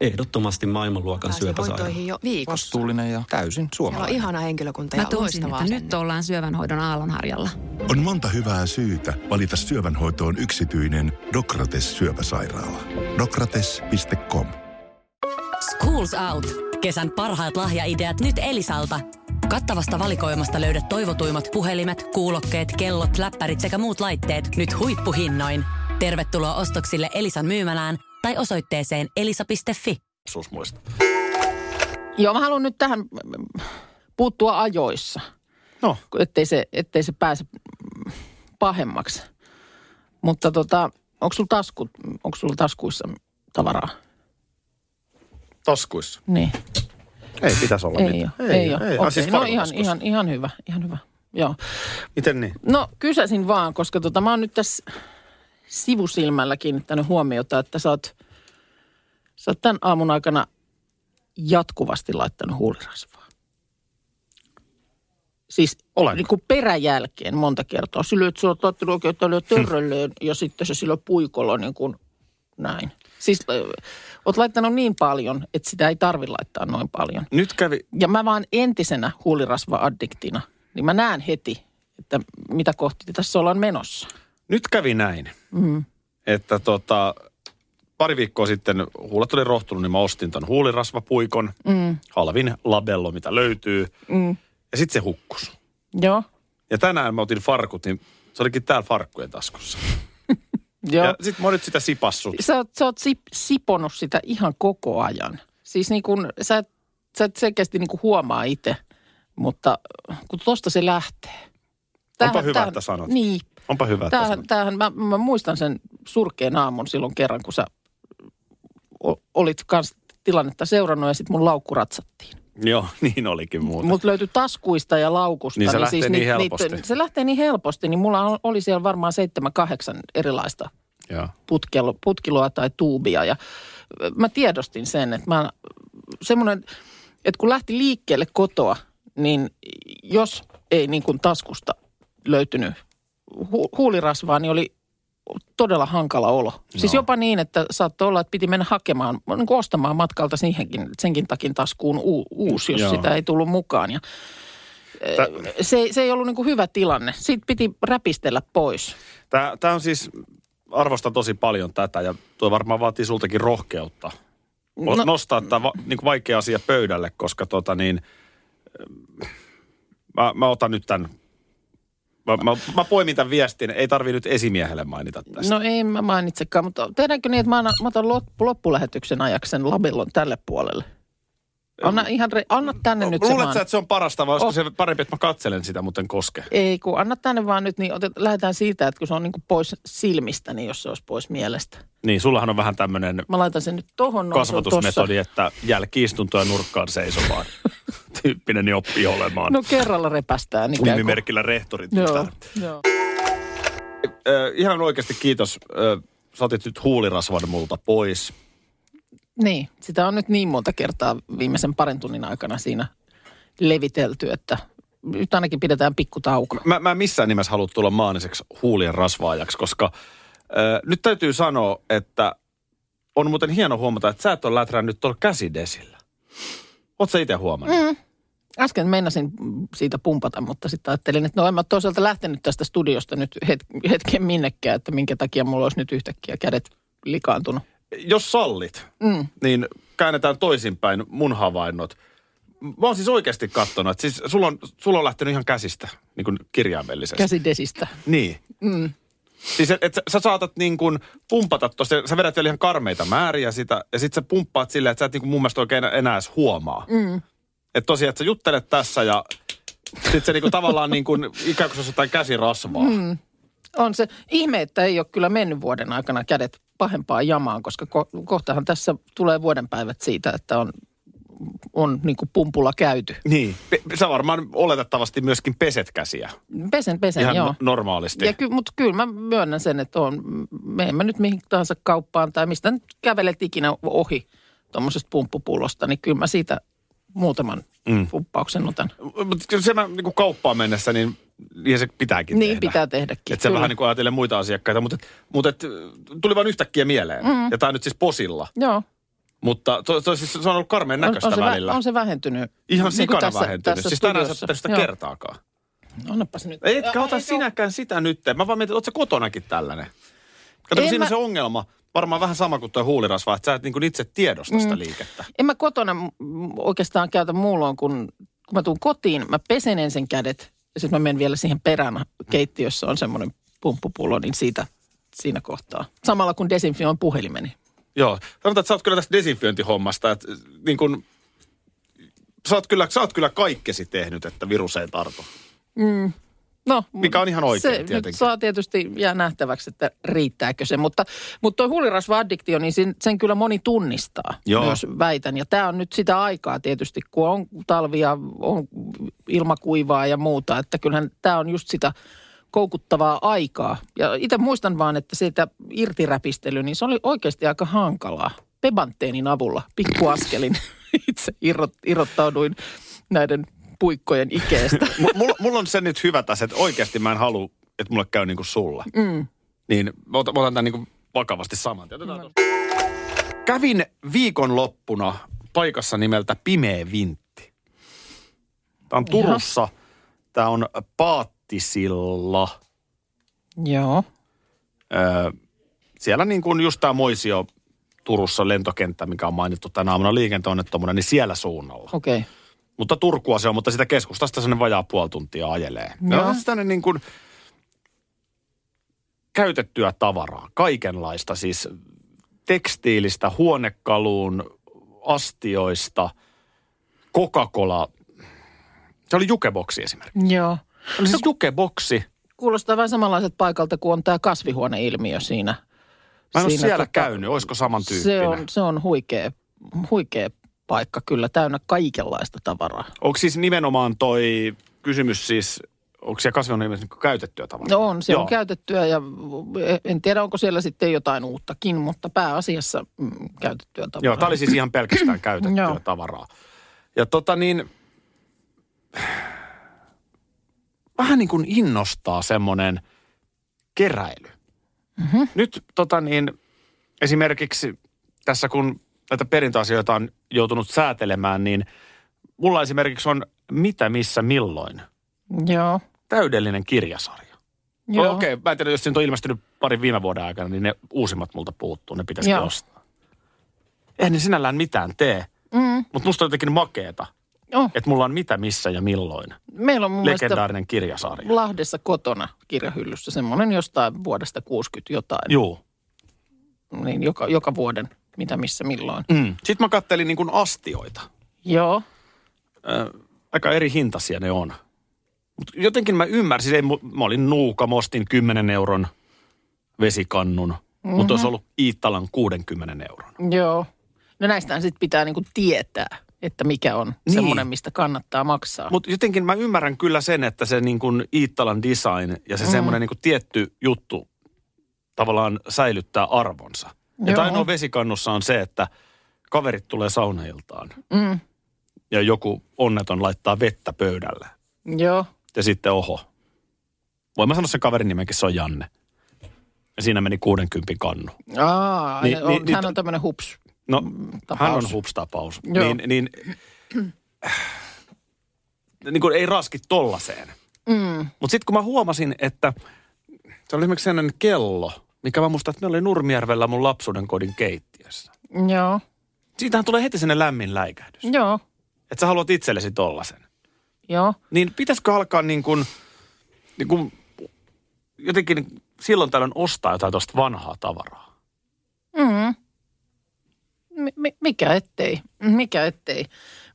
S6: Ehdottomasti maailmanluokan syöpäsairaala.
S7: hoitoihin jo viikossa.
S8: Vastuullinen ja täysin
S7: Siellä on
S8: suomalainen.
S7: ihana henkilökunta
S9: Mä
S7: ja
S9: toisin,
S7: loistavaa
S9: että nyt
S7: asennetta.
S9: ollaan syövänhoidon aallonharjalla.
S10: On monta hyvää syytä valita syövänhoitoon yksityinen Dokrates syöpäsairaala. Dokrates.com
S11: Schools Out. Kesän parhaat lahjaideat nyt Elisalta. Kattavasta valikoimasta löydät toivotuimmat puhelimet, kuulokkeet, kellot, läppärit sekä muut laitteet nyt huippuhinnoin. Tervetuloa ostoksille Elisan myymälään tai osoitteeseen elisa.fi.
S2: lapsuus muista.
S3: Joo, mä haluan nyt tähän puuttua ajoissa,
S2: No,
S3: ettei se, ettei se pääse pahemmaksi. Mutta tota, onko sulla, taskut, onko sulla taskuissa tavaraa?
S2: taskuissa.
S3: Niin.
S2: Ei pitäisi olla
S3: Ei
S2: mitään.
S3: ole. Ei, ei ole.
S2: ei.
S3: Ei,
S2: Ah,
S3: okay.
S2: siis
S3: no ihan,
S2: farkutaskussa.
S3: ihan, ihan hyvä, ihan hyvä. Joo.
S2: Miten niin?
S3: No kysäsin vaan, koska tota, mä oon nyt tässä sivusilmällä kiinnittänyt huomiota, että sä oot, sä oot tämän aamun aikana jatkuvasti laittanut huulirasvaa. Siis
S2: Olenko?
S3: niin kuin peräjälkeen monta kertaa. Silloin, että sä oot laittanut oikein tälle törrölleen ja sitten se silloin puikolla niin kuin näin. Siis ö, oot laittanut niin paljon, että sitä ei tarvi laittaa noin paljon.
S2: Nyt kävi,
S3: Ja mä vaan entisenä huulirasva-addiktina, niin mä näen heti, että mitä kohti tässä ollaan menossa.
S2: nyt kävi näin, mm. että tota, pari viikkoa sitten huulet oli rohtunut, niin mä ostin ton huulirasvapuikon, mm. halvin labello, mitä löytyy, mm. ja sitten se hukkus.
S3: Joo.
S2: Ja tänään mä otin farkut, niin se olikin täällä farkkujen taskussa.
S3: Joo.
S2: Ja
S3: Ja...
S2: sitten mä oon nyt sitä sipassut.
S3: Sä, oot- sä oot sip, siponut sitä ihan koko ajan. Siis niin kun, sä, et- sä et selkeästi niin kun huomaa itse, mutta kun tosta se lähtee.
S2: hyvä, että sanot.
S3: Niin.
S2: Onpa hyvä, että
S3: Tämähän,
S2: sanoit.
S3: tämähän, mä, mä muistan sen surkeen aamun silloin kerran, kun sä o- olit kans tilannetta seurannut ja sitten mun laukku ratsattiin.
S2: Joo, [LAUGHS] niin olikin muuten. Mut,
S3: Mutta löytyi taskuista ja laukusta.
S2: Niin
S3: siis
S2: se lähtee niin
S3: niit-
S2: helposti.
S3: niitten- se lähtee niin helposti, niin mulla on- oli siellä varmaan seitsemän, kahdeksan erilaista
S2: Joo.
S3: putkelo, putkiloa tai tuubia. Ja mä tiedostin sen, että mä semmoinen, että kun lähti liikkeelle kotoa, niin jos ei niin kuin taskusta löytynyt hu- huulirasvaa, niin oli todella hankala olo. No. Siis jopa niin, että saattoi olla, että piti mennä hakemaan, niin kuin ostamaan matkalta siihenkin, senkin takin taskuun u- uusi, jos
S2: Joo.
S3: Joo. sitä ei tullut mukaan. Ja
S2: Tä-
S3: se, se ei ollut niin kuin hyvä tilanne. Siitä piti räpistellä pois.
S2: Tää, tää on siis, arvostan tosi paljon tätä ja tuo varmaan vaatii sultakin rohkeutta. No.
S3: No-
S2: Nostaa tämä va, niin vaikea asia pöydälle, koska tota niin, ähm, mä, mä otan nyt tämän, mä, mä, mä poimin tämän viestin, ei tarvi nyt esimiehelle mainita tästä.
S3: No ei mä mainitsekaan, mutta tehdäänkö niin, että mä, annan, mä otan lop- loppulähetyksen ajaksi sen labellon tälle puolelle? Anna, ihan re- anna tänne nyt se
S2: Luuletko
S3: vaan.
S2: No, sä, että se on parasta vai olisiko
S3: Oh.
S2: se parempi, että mä katselen sitä, mutta en koske?
S3: Ei kun anna tänne vaan nyt, niin otet, lähdetään siitä, että kun se on niin kuin pois silmistä, niin jos se olisi pois mielestä.
S2: Niin, sullahan on vähän tämmöinen
S3: Mä laitan sen nyt tohon. noin se No, on tossa.
S2: kasvatusmetodi, että jälkiistunto ja nurkkaan
S3: [LAUGHS]
S2: seisomaan tyyppinen, niin oppii olemaan.
S3: No kerralla repästään ikään kuin.
S2: Nimimerkillä rehtorit.
S3: Joo,
S2: Tää-
S3: joo.
S2: Ö, ihan oikeasti kiitos. Ö, sä otit nyt huulirasvan multa pois.
S3: Niin, sitä on nyt niin monta kertaa viimeisen parin tunnin aikana siinä levitelty, että nyt ainakin pidetään pikkutauko.
S2: Mä, mä en missään nimessä halua tulla maaniseksi huulien rasvaajaksi, koska ö, nyt täytyy sanoa, että on muuten hieno huomata, että sä et ole lätrännyt tuolla käsidesillä. Oot sä itse huomannut? Mm.
S3: Äsken meinasin siitä pumpata, mutta sitten ajattelin, että no en mä toisaalta lähtenyt tästä studiosta nyt het- hetken minnekään, että minkä takia mulla olisi nyt yhtäkkiä kädet likaantunut.
S2: Jos sallit, mm. niin käännetään toisinpäin mun havainnot. Mä oon siis oikeasti kattonut, että siis sulla on, sulla on lähtenyt ihan käsistä, niin kuin kirjaimellisesti.
S3: Käsidesistä.
S2: Niin. Mm. Siis et, et sä, sä saatat niin kuin pumpata tosta, sä vedät vielä ihan karmeita määriä sitä, ja sit sä pumppaat silleen, että sä et niin kuin mun mielestä oikein enää edes huomaa. Mm. Että tosiaan, että sä juttelet tässä ja sit se niin kuin tavallaan niin kuin ikään kuin se olisi jotain käsirasvaa. Mm.
S3: On se ihme, että ei ole kyllä mennyt vuoden aikana kädet pahempaa jamaan, koska ko- kohtahan tässä tulee vuoden päivät siitä, että on, on niin kuin pumpulla käyty.
S2: Niin. Pe- Sä varmaan oletettavasti myöskin peset käsiä
S3: Pesen, pesen,
S2: ihan
S3: joo.
S2: no- normaalisti.
S3: Ja ky, mutta kyllä mä myönnän sen, että on, me emme nyt mihin tahansa kauppaan tai mistä nyt kävelet ikinä ohi tuommoisesta pumppupullosta, niin kyllä mä siitä muutaman mm. pumppauksen otan.
S2: Mutta kyllä se mä niin kuin kauppaan mennessä, niin, niin se pitääkin
S3: Niin
S2: tehdä.
S3: pitää tehdäkin.
S2: Että se
S3: kyllä.
S2: vähän niin kuin ajattelee muita asiakkaita, mutta, mutta et, tuli vain yhtäkkiä mieleen. Mm. Ja tämä nyt siis posilla.
S3: Joo.
S2: Mutta to, to, siis se on ollut karmeen näköistä
S3: on, on se, vä-
S2: välillä.
S3: on se vähentynyt.
S2: Ihan
S3: Niin kuin
S2: sikana
S3: tässä-
S2: vähentynyt.
S3: tässä
S2: siis tänään sä et
S3: studiossa.
S2: ottanut sitä
S3: Joo.
S2: kertaakaan.
S3: Annapas nyt.
S2: Etkä
S3: Ä-
S2: ota
S3: ei se
S2: sinäkään sitä nyt. Mä vaan mietin, että oot sä kotonakin tällainen. Kato,
S3: En
S2: kun siinä
S3: mä-
S2: on se ongelma. Varmaan vähän sama kuin tuo huulirasva, että sä et niin kuin itse tiedosta
S3: Mm.
S2: sitä liikettä.
S3: En mä kotona mm, oikeastaan käytä muulloin, kun, kun mä tuun kotiin, mä pesen ensin kädet ja sitten mä menen vielä siihen perään keittiössä on semmoinen pumppupullo, niin siitä siinä kohtaa. Samalla kun desinfioin puhelimeni.
S2: Joo. Sanotaan, että sä oot kyllä tästä desinfiointihommasta, että äh, niin kuin, sä oot kyllä, sä oot kyllä kaikkesi tehnyt, että virus ei tartu.
S3: No,
S2: Mikä on ihan oikein
S3: se
S2: tietenkin.
S3: Nyt saa tietysti jää nähtäväksi, että riittääkö se. Mutta, mutta tuo huulirasva-addiktio, niin sen, sen kyllä moni tunnistaa,
S2: Joo.
S3: myös väitän. Ja tämä on nyt sitä aikaa tietysti, kun on talvia, on ilmakuivaa ja muuta. Että kyllähän tämä on just sitä koukuttavaa aikaa. Ja itse muistan vaan, että siitä irtiräpistely, niin se oli oikeasti aika hankalaa. Pebanteenin avulla pikkuaskelin [LAUGHS] itse irrot, irrottauduin näiden puikkojen ikeestä.
S2: M- mulla, mulla on se nyt hyvä tässä, että oikeasti mä en halua, että mulle käy niin kuin sulla. Mm. Niin mä otan, mä otan tämän niin kuin vakavasti saman. tien. Otetaan tuosta. Kävin viikonloppuna paikassa nimeltä Pimeä Vintti. Tämä on Turussa. Tämä on Paattisilla.
S3: Joo.
S2: Öö, siellä niin kuin just tämä Moisio Turussa lentokenttä, mikä on mainittu tänä aamuna liikenteonnettomuuden, niin siellä suunnalla.
S3: Okei. Okay.
S2: Mutta Turkua se on, mutta sitä keskustasta sellainen vajaa puoli tuntia ajelee. Ne
S3: Joo.
S2: on sellainen niin kuin käytettyä tavaraa, kaikenlaista siis tekstiilistä, huonekaluun, astioista, Coca-Cola. Se oli jukeboksi esimerkiksi.
S3: Joo.
S2: Se oli siis jukeboksi.
S3: Kuulostaa vähän samanlaiset paikalta kuin on tämä kasvihuoneilmiö siinä.
S2: Mä en ole
S3: Siinä
S2: siellä
S3: tota-
S2: käynyt, olisiko samantyyppinen?
S3: Se on, se on huikea, huikea paikka kyllä, täynnä kaikenlaista tavaraa.
S2: Onko siis nimenomaan toi kysymys siis, onko siellä kasvihuoneessa käytettyä tavaraa?
S3: No on, se
S2: Joo.
S3: on käytettyä ja en tiedä onko siellä sitten jotain uuttakin, mutta pääasiassa mm, käytettyä tavaraa.
S2: Joo, tämä oli siis ihan [CLEARS THROAT] pelkästään käytettyä
S3: Joo.
S2: tavaraa. Ja tota niin, vähän niin kuin innostaa semmoinen keräily. Mm-hmm. Nyt tota niin, esimerkiksi tässä kun näitä perintöasioita on joutunut säätelemään, niin mulla esimerkiksi on Mitä, missä, milloin?
S3: Joo. täydellinen
S2: Täydellinen kirjasarja.
S3: Joo.
S2: No, Okei, okay. mä en tiedä, jos siitä on ilmestynyt parin viime vuoden aikana, niin ne uusimmat multa puuttuu, ne pitäisi
S3: Joo.
S2: ostaa. Eihän ne sinällään mitään tee,
S3: Mm,
S2: mutta musta on jotenkin makeeta,
S3: oh.
S2: että mulla on mitä, missä ja milloin.
S3: Meillä on mun mielestä
S2: Legendaarinen kirjasarja.
S3: Lahdessa kotona kirjahyllyssä semmoinen jostain vuodesta 60 jotain,
S2: Joo.
S3: niin joka, joka vuoden, mitä missä milloin.
S2: Mm. Sitten mä kattelin niin kuin astioita.
S3: Joo.
S2: Ö, aika eri hintaisia ne on. Mut jotenkin mä ymmärsin, ei, mu- mä olin nuukamostin 10 euron vesikannun, mm-hmm.
S3: Mhm.
S2: mutta olisi ollut Iittalan 60 euron.
S3: Joo. No näistähän sitten pitää niinku tietää. että mikä on niin.
S2: Niin.
S3: semmoinen, mistä kannattaa maksaa.
S2: Mutta jotenkin mä ymmärrän kyllä sen, että se niin kuin Iittalan design ja se mm. semmoinen niin kuin tietty juttu tavallaan säilyttää arvonsa.
S3: Joo.
S2: Ja ainoa vesikannussa on se, että kaverit tulee saunailtaan
S3: Mm.
S2: ja joku onneton laittaa vettä pöydälle.
S3: Joo.
S2: Ja sitten oho. Voin mä sanoa sen kaverin nimenkin, se on Janne. Ja siinä meni 60 kannu.
S3: Aa,
S2: Niin-
S3: niin, on,
S2: niin-
S3: niin, hän
S2: niin-
S3: on tämmöinen hups.
S2: No,
S3: tapaus.
S2: hän on hups-tapaus.
S3: Joo.
S2: Niin, niin, äh, niin kuin ei raski tollaiseen.
S3: Mm.
S2: Mutta sitten kun mä huomasin, että se oli esimerkiksi sellainen kello, mikä mä muistan, että meillä oli Nurmijärvellä mun lapsuuden kodin keittiössä.
S3: Joo.
S2: Siitähän tulee heti sinne lämmin läikähdys,
S3: Joo.
S2: että sä haluat itsellesi tollasen.
S3: Joo.
S2: Niin pitäisikö alkaa niin kuin, niin kuin jotenkin silloin tällöin ostaa jotain tuosta vanhaa tavaraa?
S3: Mm. Mi- mi- mikä ettei, mikä ettei.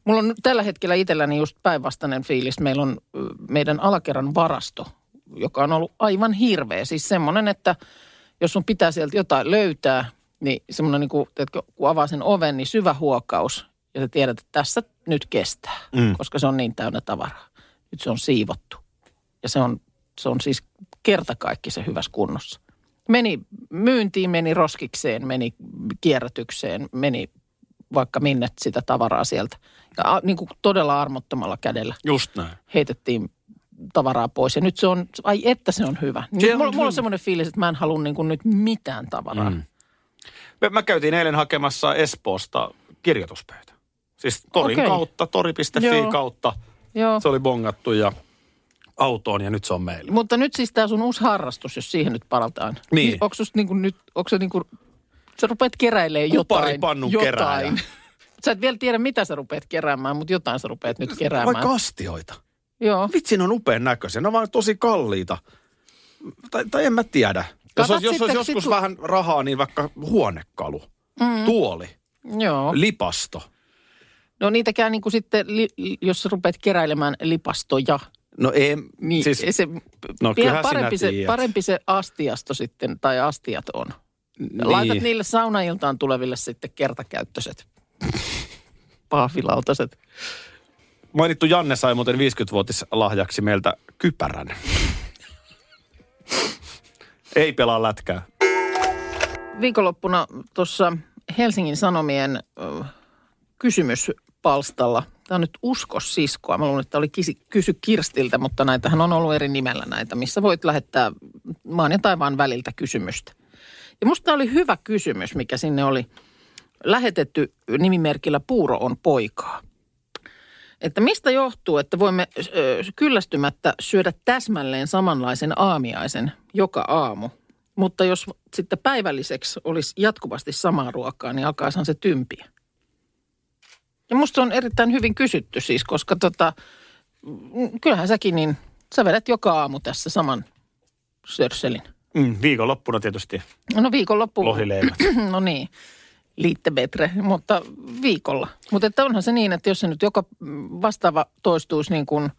S3: Mulla on nyt tällä hetkellä itselläni just päinvastainen fiilis. Meillä on ö, meidän alakerran varasto, joka on ollut aivan hirveä. Siis semmoinen, että jos sun pitää sieltä jotain löytää, niin semmoinen niin kuin, tiedätkö, kun avaa sen oven, niin syvä huokaus. Ja sä tiedät, että tässä nyt kestää, mm. koska se on niin täynnä tavaraa. Nyt se on siivottu. Ja se on, se on siis kertakaikki se hyvässä kunnossa. Meni myyntiin, meni roskikseen, meni kierrätykseen, meni vaikka minne sitä tavaraa sieltä. Ja a- niin kuin todella armottomalla kädellä
S2: Just näin.
S3: heitettiin tavaraa pois. Ja nyt se on, ai että se on hyvä. Nyt
S2: Se on
S3: mulla, mulla
S2: hyvä.
S3: on semmoinen fiilis, että mä en halua niin kuin nyt mitään tavaraa. Mm.
S2: Mä, mä käytiin eilen hakemassa Espoosta kirjoituspöytä. Siis torin
S3: Okei.
S2: okay. kautta, tori.fi
S3: Joo. No.
S2: Joo. kautta.
S3: Joo.
S2: Se oli bongattu ja autoon ja nyt se on meillä.
S3: Mutta nyt siis tämä sun uusi harrastus, jos siihen nyt palataan.
S2: Niin.
S3: Onko sus niinku nyt, onko se niinku, sä rupeat keräilemään jotain.
S2: Kuparipannun
S3: jotain.
S2: kerääjä.
S3: [LAUGHS] Sä et vielä tiedä, mitä sä rupeat keräämään, mutta jotain sä rupeat nyt keräämään.
S2: Vai kastioita.
S3: Joo.
S2: Vitsi, ne on upean näköisiä. Ne on vaan tosi kalliita. Tai, tai en mä tiedä. Jos
S3: Katot
S2: olisi, jos
S3: sitten,
S2: olisi
S3: kun
S2: joskus
S3: sit-
S2: vähän rahaa, niin vaikka huonekalu, mm. tuoli,
S3: Joo.
S2: lipasto.
S3: No niitäkään niinku sitten, li, li- jos sä rupeat keräilemään lipastoja,
S2: No ei,
S3: niin
S2: siis,
S3: ei se,
S2: no
S3: vielä
S2: kyllähän
S3: parempi,
S2: sinä
S3: se,
S2: tiedät.
S3: parempi se astiasto sitten, tai astiat on. Niin. Laitat niille saunailtaan tuleville sitten kertakäyttöiset [LAUGHS] pahvilautaset.
S2: Mainittu Janne sai muuten 50-vuotis lahjaksi meiltä kypärän. ei pelaa lätkää.
S3: viikonloppuna tuossa Helsingin Sanomien ö, kysymyspalstalla. Tämä on nyt Usko siskoa. Mä luulen, että oli kisi, kysy Kirstiltä, mutta näitähän on ollut eri nimellä näitä, missä voit lähettää maan ja taivaan väliltä kysymystä. Ja musta tämä oli hyvä kysymys, mikä sinne oli lähetetty nimimerkillä Puuro on poikaa. Että mistä johtuu, että voimme ö, kyllästymättä syödä täsmälleen samanlaisen aamiaisen joka aamu? Mutta jos sitten päivälliseksi olisi jatkuvasti samaa ruokaa, niin alkaisihan se tympiä. Ja musta on erittäin hyvin kysytty siis, koska tota, mm, kyllähän säkin niin, sä vedät joka aamu tässä saman sörsselin.
S2: Mm, viikonloppuna tietysti
S3: No viikonloppu.
S2: lohileivät.
S3: [CLEARS THROAT] No niin, liitte betre, mutta viikolla. Mutta että onhan se niin, että jos se nyt joka mm, vastaava toistuisi niin kuin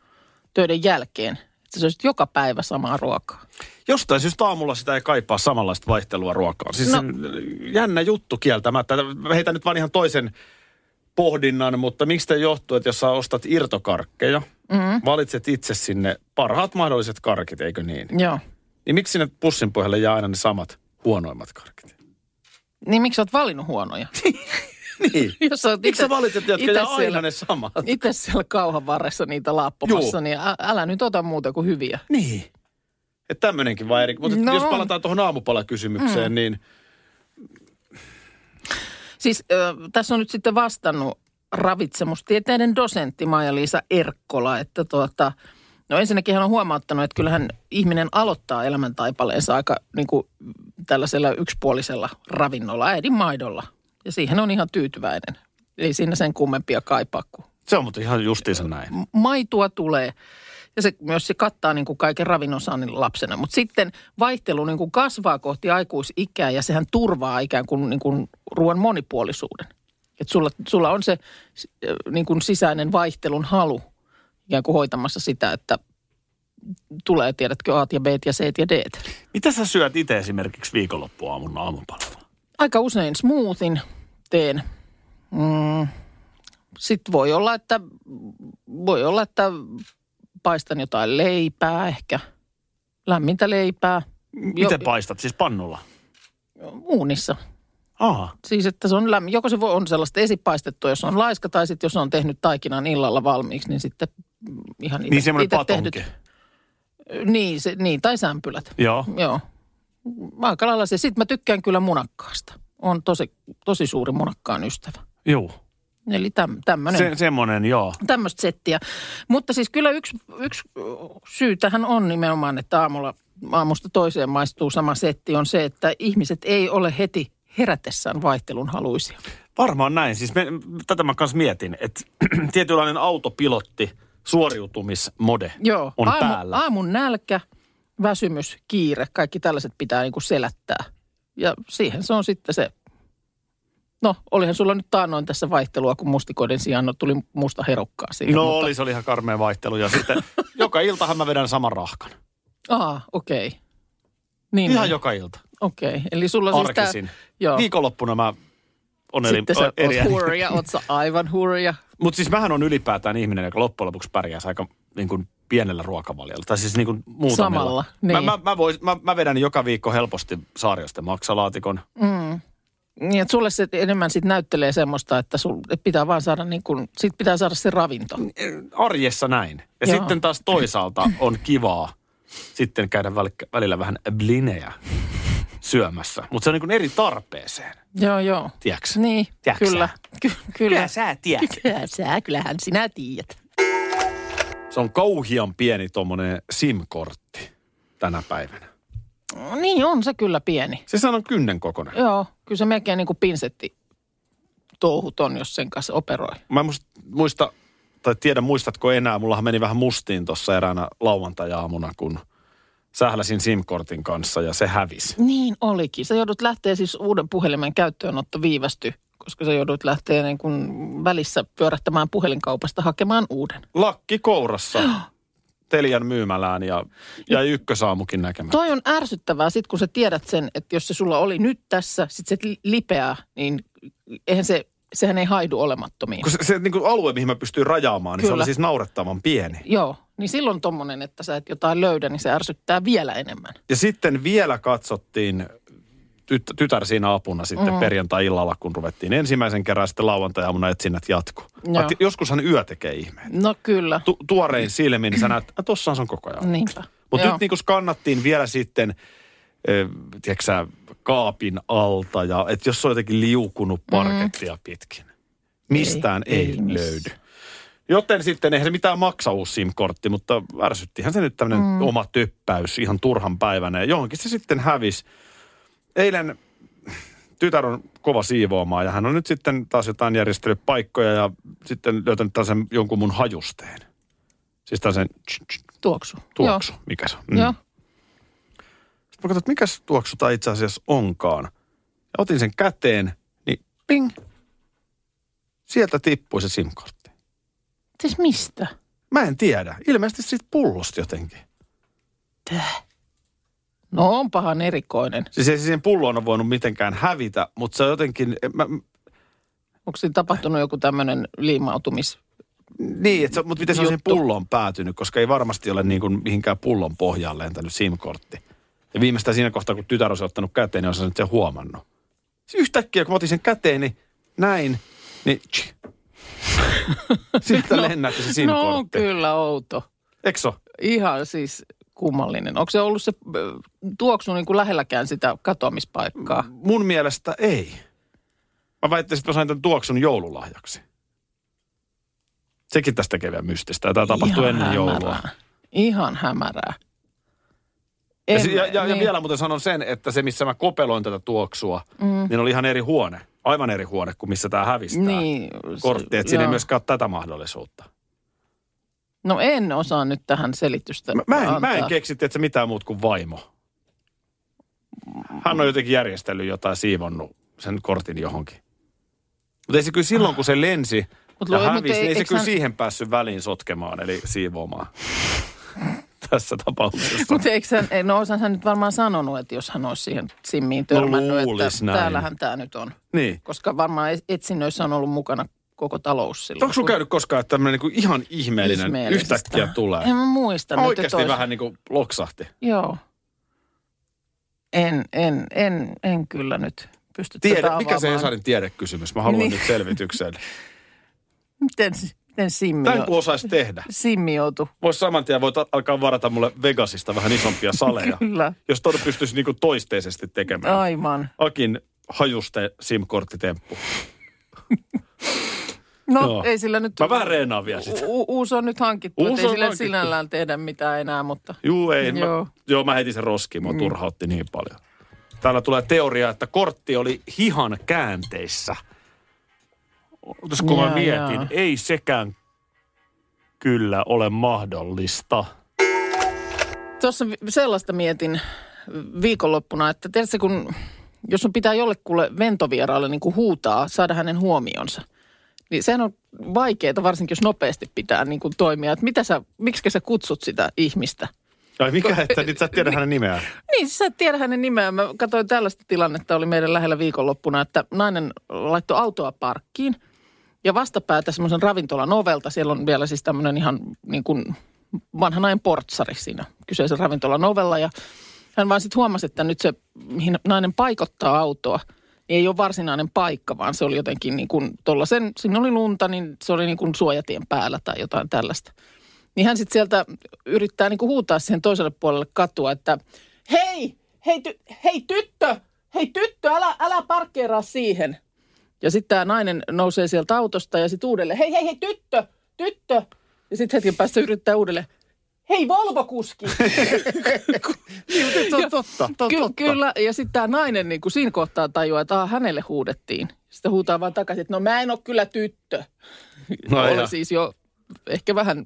S3: töiden jälkeen, että se olisi joka päivä samaa ruokaa.
S2: Jostain syystä aamulla sitä ei kaipaa samanlaista vaihtelua ruokaan. Siis
S3: No.
S2: no. jännä juttu kieltämättä. Mä Heitän nyt vaan ihan toisen pohdinnan, mutta miksi te johtuu, että jos sä ostat irtokarkkeja, mm-hmm. valitset itse sinne parhaat mahdolliset karkit, eikö niin?
S3: Joo.
S2: Niin miksi sinne pussin pohjalle jää aina ne samat huonoimmat karkit?
S3: Niin miksi sä oot valinnut huonoja?
S2: Niin.
S3: jos
S2: [LAUGHS]
S3: oot
S2: Miksi sä
S3: ite-
S2: valitset, jotka
S3: ite
S2: jää aina
S3: siellä-
S2: ne samat?
S3: Itse siellä kauhan varressa niitä laappomassa,
S2: Juu.
S3: niin ä- älä nyt ota muuta kuin hyviä.
S2: Niin. Että tämmöinenkin vaan eri. Mutta
S3: No.
S2: no. jos palataan tuohon aamupalakysymykseen, mm. niin
S3: Siis ö, tässä on nyt sitten vastannut ravitsemustieteiden dosentti Maija-Liisa Erkkola, että tuota, no ensinnäkin hän on huomauttanut, että kyllähän ihminen aloittaa elämäntaipaleensa aika niin kuin tällaisella yksipuolisella ravinnolla, äidin maidolla. Ja siihen on ihan tyytyväinen. Ei siinä sen kummempia kaipaa kuin
S2: se on mutta ihan justiinsa näin.
S3: M- maitua tulee. Ja se myös se kattaa niin kuin kaiken ravinnonsaannin lapsena. Mutta sitten vaihtelu niin kuin kasvaa kohti aikuisikää ja sehän turvaa ikään kuin, niin kuin ruoan monipuolisuuden. Et sulla, sulla on se s- ö, niin kuin sisäinen vaihtelun halu ikään kuin hoitamassa sitä, että tulee, tiedätkö, A ja B ja C ja D.
S2: Mitä sä syöt itse esimerkiksi viikonloppuaamun aamupalalla?
S3: Aika usein smoothin teen. Mm, Sitten voi olla, että, voi olla, että paistan jotain leipää ehkä, lämmintä leipää.
S2: Miten paistat? Siis pannulla?
S3: Uunissa.
S2: Aha.
S3: Siis että se on lämmin. Joko se voi on sellaista esipaistettua, jos on laiska, tai sitten jos on tehnyt taikinan illalla valmiiksi, niin sitten ihan
S2: Niin
S3: itse,
S2: semmoinen
S3: itse
S2: patonki.
S3: tehdyt. Niin, se, niin, tai sämpylät.
S2: Joo.
S3: Joo. Aika lailla se. Sitten mä tykkään kyllä munakkaasta. On tosi, tosi suuri munakkaan ystävä.
S2: Juu.
S3: Eli täm, tämmöinen.
S2: Se, semmoinen, joo.
S3: tämmöistä settiä. Mutta siis kyllä yksi, yksi syy tähän on nimenomaan, että aamulla, aamusta toiseen maistuu sama setti, on se, että ihmiset ei ole heti herätessään vaihtelun haluisia.
S2: Varmaan näin. Siis me, tätä mä kanssa mietin, että [CLEARS THROAT] tietynlainen autopilotti suoriutumismode
S3: Joo,
S2: on
S3: aamu,
S2: päällä.
S3: aamun nälkä, väsymys, kiire, kaikki tällaiset pitää niin kuin selättää. Ja siihen se on sitten se, no olihan sulla nyt taannoin tässä vaihtelua, kun mustikoiden sijaan no, tuli musta herukkaa siihen.
S2: no oli, se oli ihan karmea vaihtelu. Ja
S3: [LAUGHS]
S2: sitten joka iltahan mä vedän saman rahkan.
S3: Niin Aa, okei. Okay. Niin,
S2: Ihan
S3: niin.
S2: joka ilta.
S3: Okei, okay. eli sulla siis tää-
S2: Arkisin. Niin,
S3: joo.
S2: Viikonloppuna mä on eri,
S3: Sitten sä
S2: eri
S3: oot hurja, oot sä aivan hurja.
S2: Mutta siis mähän on ylipäätään ihminen, joka loppujen lopuksi pärjäisi aika niin kuin pienellä ruokavaliolla. Tai siis niin kuin muutamilla.
S3: Samalla,
S2: Mä,
S3: niin.
S2: mä, mä, vois, mä, mä, vedän joka viikko helposti saariosten maksalaatikon.
S3: Niin, että sulle se enemmän sit näyttelee semmoista, että sul et pitää vaan saada niin kun, sit pitää saada se ravinto.
S2: Arjessa näin. Ja
S3: Joo.
S2: sitten taas toisaalta on kivaa sitten käydä väl- välillä vähän blinejä syömässä. Mutta se on niin kuin eri tarpeeseen,
S3: Joo, joo.
S2: tiedätkö?
S3: Niin,
S2: Tiedätkö
S3: kyllä. Ky- kyllä.
S2: sä tiedät.
S3: Kyllä sä, kyllähän sinä tiedät. Niin.
S2: Se on kauhian pieni tuommoinen SIM-kortti tänä päivänä.
S3: Niin, on se kyllä pieni.
S2: Se on kynnen kokoinen.
S3: Joo, kyllä se melkein niin kuin pinsetti touhut on, jos sen kanssa operoi.
S2: Mä en muist- muista, tai tiedä muistatko enää, mullahan meni vähän mustiin tuossa eräänä lauantajaamuna, kun sähläsin SIM-kortin kanssa ja se hävisi.
S3: Niin olikin. Sä joudut lähteä siis uuden puhelimen käyttöönotto viivästy, koska sä joudut lähteä niin kuin välissä pyörähtämään puhelinkaupasta hakemaan uuden.
S2: Lakki kourassa
S3: [GASPS]
S2: Telian myymälään ja, ja ykkösaamukin näkemään.
S3: Toi on ärsyttävää sit, kun sä tiedät sen, että jos se sulla oli nyt tässä, sit se li- lipeää, niin eihän se, sehän ei haidu olemattomiin.
S2: Kun se, se niin kuin alue, mihin mä pystyin rajaamaan, niin Kyllä. se
S3: Kyllä.
S2: oli siis naurettavan pieni.
S3: Joo, niin silloin tommonen, että sä et jotain löydä, niin se ärsyttää vielä enemmän.
S2: Ja sitten vielä katsottiin tyt- tytär siinä apuna sitten mm. perjantai-illalla, kun ruvettiin ensimmäisen kerran sitten lauantai-aamuna etsinnät jatku.
S3: Joo. Mm.
S2: Vaikka Joskushan yö tekee ihmeen.
S3: No kyllä,
S2: Tu- tuorein silmin sä näet, että tossahan se on koko ajan.
S3: niinpä.
S2: Mutta
S3: Joo.
S2: nyt niin skannattiin vielä sitten, ö, tiedätkö sä, kaapin alta ja että jos se on jotenkin liukunut parkettia mm. pitkin. Mistään ei,
S3: Ei,
S2: ei,
S3: ei
S2: ei
S3: miss-
S2: löydy. Joten sitten eihän se mitään maksa uusi SIM-kortti, mutta ärsyttihän se nyt tämmöinen mm. oma töppäys ihan turhan päivänä. Ja johonkin se sitten hävisi. Eilen tytär on kova siivoamaan ja hän on nyt sitten taas jotain järjestellyt paikkoja ja sitten löytänyt taas sen jonkun mun hajusteen. Siis taas sen tsch, tsch,
S3: Tuoksu.
S2: tuoksu, Joo. mikä se on. Mm.
S3: Joo. Joo.
S2: Sitten mä katsoin, että mikä se tuoksu tämä itse asiassa onkaan. Ja otin sen käteen, niin ping, sieltä tippui se simkortti.
S3: Siis mistä?
S2: Mä en tiedä. Ilmeisesti siitä pullosta jotenkin.
S3: No onpahan erikoinen.
S2: Siis ei se siihen pulloon ole voinut mitenkään hävitä, mutta se on jotenkin, mä,
S3: Onko siinä tapahtunut joku tämmöinen liimautumis?
S2: niin, että se, mutta miten se on siihen
S3: Juttu.
S2: pulloon päätynyt, koska ei varmasti ole niin kuin mihinkään pullon pohjaan lentänyt simkortti. Ja viimeistään siinä kohtaa, kun tytär on se ottanut käteen, niin on se nyt sen huomannut. Siis Yhtäkkiä, kun mä otin sen käteen, niin näin, niin
S3: [LAUGHS]
S2: tsch. Sitten no, lennätti se simkortti.
S3: No on kyllä outo.
S2: Eikö se ole?
S3: Ihan siis kummallinen. Onko se ollut se ö, tuoksu niin kuin lähelläkään sitä katoamispaikkaa?
S2: Mun mielestä ei. Mä väittäisin, että mä sain tämän tuoksun joululahjaksi. Sekin tästä tekee vielä mystistä. Tämä tapahtui
S3: Ihan
S2: ennen joulua.
S3: hämärää. Ihan hämärää.
S2: Ja,
S3: En-
S2: si- ja, ja, niin.
S3: niin.
S2: ja vielä muuten sanon sen, että se missä mä kopeloin tätä tuoksua, mm. niin oli ihan eri huone. Aivan eri huone kuin missä tämä hävistää
S3: Niin,
S2: kortti.
S3: se-
S2: Että siinä ei
S3: joo.
S2: myöskään ole tätä mahdollisuutta.
S3: No en osaa nyt tähän selitystä
S2: Mä, mä, en,
S3: antaa.
S2: mä en keksi, että mitään muut kuin vaimo. Hän on jotenkin järjestellyt jotain, siivonnut sen kortin johonkin. Mutta ei se kyllä silloin, kun se lensi
S3: Mut
S2: ja
S3: lue- mut
S2: hävisi, ei,
S3: ei-
S2: niin ei se
S3: eiks
S2: kyllä
S3: hän-
S2: siihen päässyt väliin sotkemaan, eli siivoamaan. [LAUGHS] Tässä tapauksessa.
S3: Mutta eikö hän, ei, no oishan hän nyt varmaan sanonut, että jos hän olisi siihen simmiin törmännyt,
S2: luulis
S3: että
S2: näin.
S3: täällähän tämä nyt on.
S2: niin.
S3: Koska varmaan es- etsinnöissä on ollut mukana koko talous silloin.
S2: Onko Niin. sun käynyt koskaan, että tämmöinen niinku ihan ihmeellinen
S3: Ihmeellisestä.
S2: yhtäkkiä tulee?
S3: En mä muista. nyt, että
S2: Oikeasti
S3: ois-
S2: vähän niinku loksahti.
S3: Joo. En, en, en, en kyllä nyt pysty
S2: Tiede,
S3: tätä
S2: mikä se
S3: avaamaan.
S2: Hesarin tiedekysymys? Mä haluan
S3: Niin.
S2: nyt
S3: [LAUGHS]
S2: selvityksen.
S3: Miten, si- miten Simmi,
S2: Tämän
S3: jo-
S2: kun osaisi tehdä.
S3: Simmi joutui?
S2: Voisi saman tien voit alkaa varata mulle Vegasista vähän isompia
S3: [LAUGHS]
S2: saleja.
S3: Kyllä.
S2: Jos todella pystyisi niinku toisteisesti tekemään.
S3: Aivan.
S2: Akin hajuste simkorttitemppu.
S3: No,
S2: Joo.
S3: ei sillä nyt...
S2: Mä vähän reenaan vielä sitä.
S3: U- uusi on nyt hankittu,
S2: Uusi
S3: et ei
S2: on
S3: sillä
S2: hankittu.
S3: sinällään tehdä mitään enää, mutta...
S2: Juu, ei. Joo.
S3: Joo. Mm.
S2: Mä, joo, mä heitin sen roskiin. Mua turhautti niin paljon. Täällä tulee teoria, että kortti oli hihan käänteissä. Otas kun mä
S3: Jaa,
S2: mietin,
S3: jaa.
S2: ei sekään kyllä ole mahdollista.
S3: Tuossa vi- sellaista mietin viikonloppuna, että tiedätkö kun, jos sun pitää jollekulle ventovieraalle niin kuin huutaa, saada hänen huomionsa, niin sehän on vaikeaa, varsinkin jos nopeasti pitää niin kuin toimia. Että mitä sä, miksi sä kutsut sitä ihmistä?
S2: Ai mikä, että nyt sä et tiedä hänen nimeään.
S3: Niin, siis sä et tiedä hänen nimeään. Mä katsoin tällaista tilannetta, oli meidän lähellä viikonloppuna, että nainen laittoi autoa parkkiin ja vastapäätä semmoisen ravintolan ovelta. Siellä on vielä siis tämmöinen ihan niin kuin vanhan ajan portsari siinä kyseisen ravintolan ovella ja hän vaan sitten huomasi, että nyt se, mihin nainen paikottaa autoa, niin ei ole varsinainen paikka, vaan se oli jotenkin niin kuin tollasen, siinä oli lunta, niin se oli niin kuin suojatien päällä tai jotain tällaista niin hän sitten sieltä yrittää niinku huutaa siihen toiselle puolelle katua, että hei, hei, ty, hei tyttö, hei tyttö, älä, älä parkkeeraa siihen. Ja sitten tämä nainen nousee sieltä autosta ja sitten uudelleen, hei, hei, hei tyttö, tyttö. Ja sitten hetken päästä yrittää uudelleen, hei Volvo-kuski.
S2: Niin, Se on totta.
S3: Ky- Kyllä, ja sitten tämä nainen niinku siinä kohtaa tajuaa, että aha, hänelle huudettiin. Sitten huutaa vaan takaisin, että no mä en ole kyllä tyttö.
S2: No
S3: Olen
S2: ja.
S3: siis jo ehkä vähän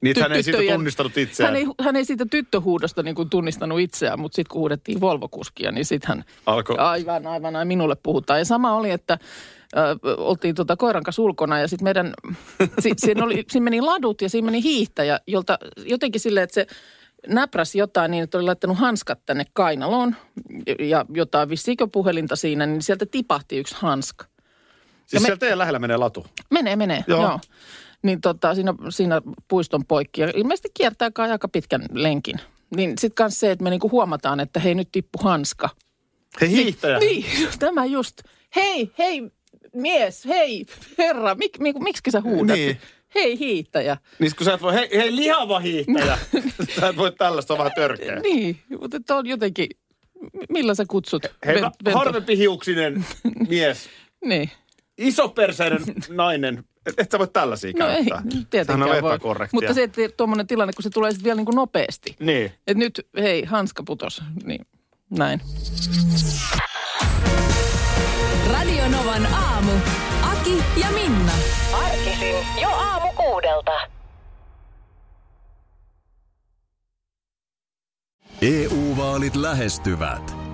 S2: Niin, että hän ei siitä
S3: tyttöjen-
S2: tunnistanut itseään.
S3: hän ei, hän ei siitä tyttöhuudosta niin kuin tunnistanut itseään, mutta sitten kun huudettiin Volvokuskia, niin sitten hän
S2: Alkoi.
S3: aivan, aivan, aivan minulle puhutaan. Ja sama oli, että ö, oltiin tuota koiran kanssa ulkona ja sitten meidän, si, siinä, oli, siinä meni ladut ja siinä meni hiihtäjä, jolta jotenkin silleen, että se näpräsi jotain niin, että oli laittanut hanskat tänne kainaloon ja jotain vissiinkö puhelinta siinä, niin sieltä tipahti yksi hanska.
S2: Siis
S3: me-
S2: siellä teidän lähellä menee latu.
S3: Menee, menee,
S2: Joo.
S3: joo. joo. Niin tota, siinä, siinä puiston poikki. Ja ilmeisesti kiertää kai aika pitkän lenkin. Niin sitten myös se, että me niinku huomataan, että hei nyt tippu hanska.
S2: Hei hiihtäjä.
S3: Niin, [LAUGHS] tämä just. Hei, hei mies, hei herra, mik, mik, miksi sä huudat?
S2: Niin.
S3: Hei hiihtäjä.
S2: Niin kun sä et voi, hei, hei lihava
S3: [LAUGHS]
S2: hiihtäjä. sä et voi tällaista, on vähän törkeä.
S3: Niin, mutta tämä on jotenkin, m- millä sä kutsut?
S2: Hei,
S3: Ven-
S2: Vent,
S3: vento-
S2: harvempi hiuksinen mies,
S3: Niin.
S2: isoperseinen nainen. Et, et sä voi tällaisia
S3: No ei,
S2: käyttää.
S3: tietenkään
S2: Sehän on
S3: voi.
S2: epäkorrektia.
S3: Mutta se, että tuommoinen tilanne, kun se tulee sitten vielä niin kuin nopeasti.
S2: Niin.
S3: Et nyt, hei, hanska putos. Niin, näin.
S11: Radio Novan aamu. Aki ja Minna.
S12: Arkisin jo aamu kuudelta.
S5: EU-vaalit E lähestyvät.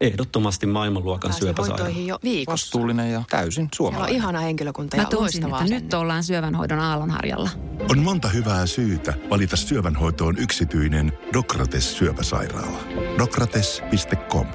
S6: Ehdottomasti maailmanluokan syöpäsairaala.
S7: jo viikossa.
S13: Vastuullinen ja täysin
S7: Siellä on ihana henkilökunta
S12: Mä
S7: ja
S12: toisin,
S7: loistavaa
S12: että nyt
S7: asennetta.
S12: ollaan syövänhoidon aallonharjalla.
S14: On monta hyvää syytä valita syövänhoitoon yksityinen Dokrates syöpäsairaala. Dokrates.com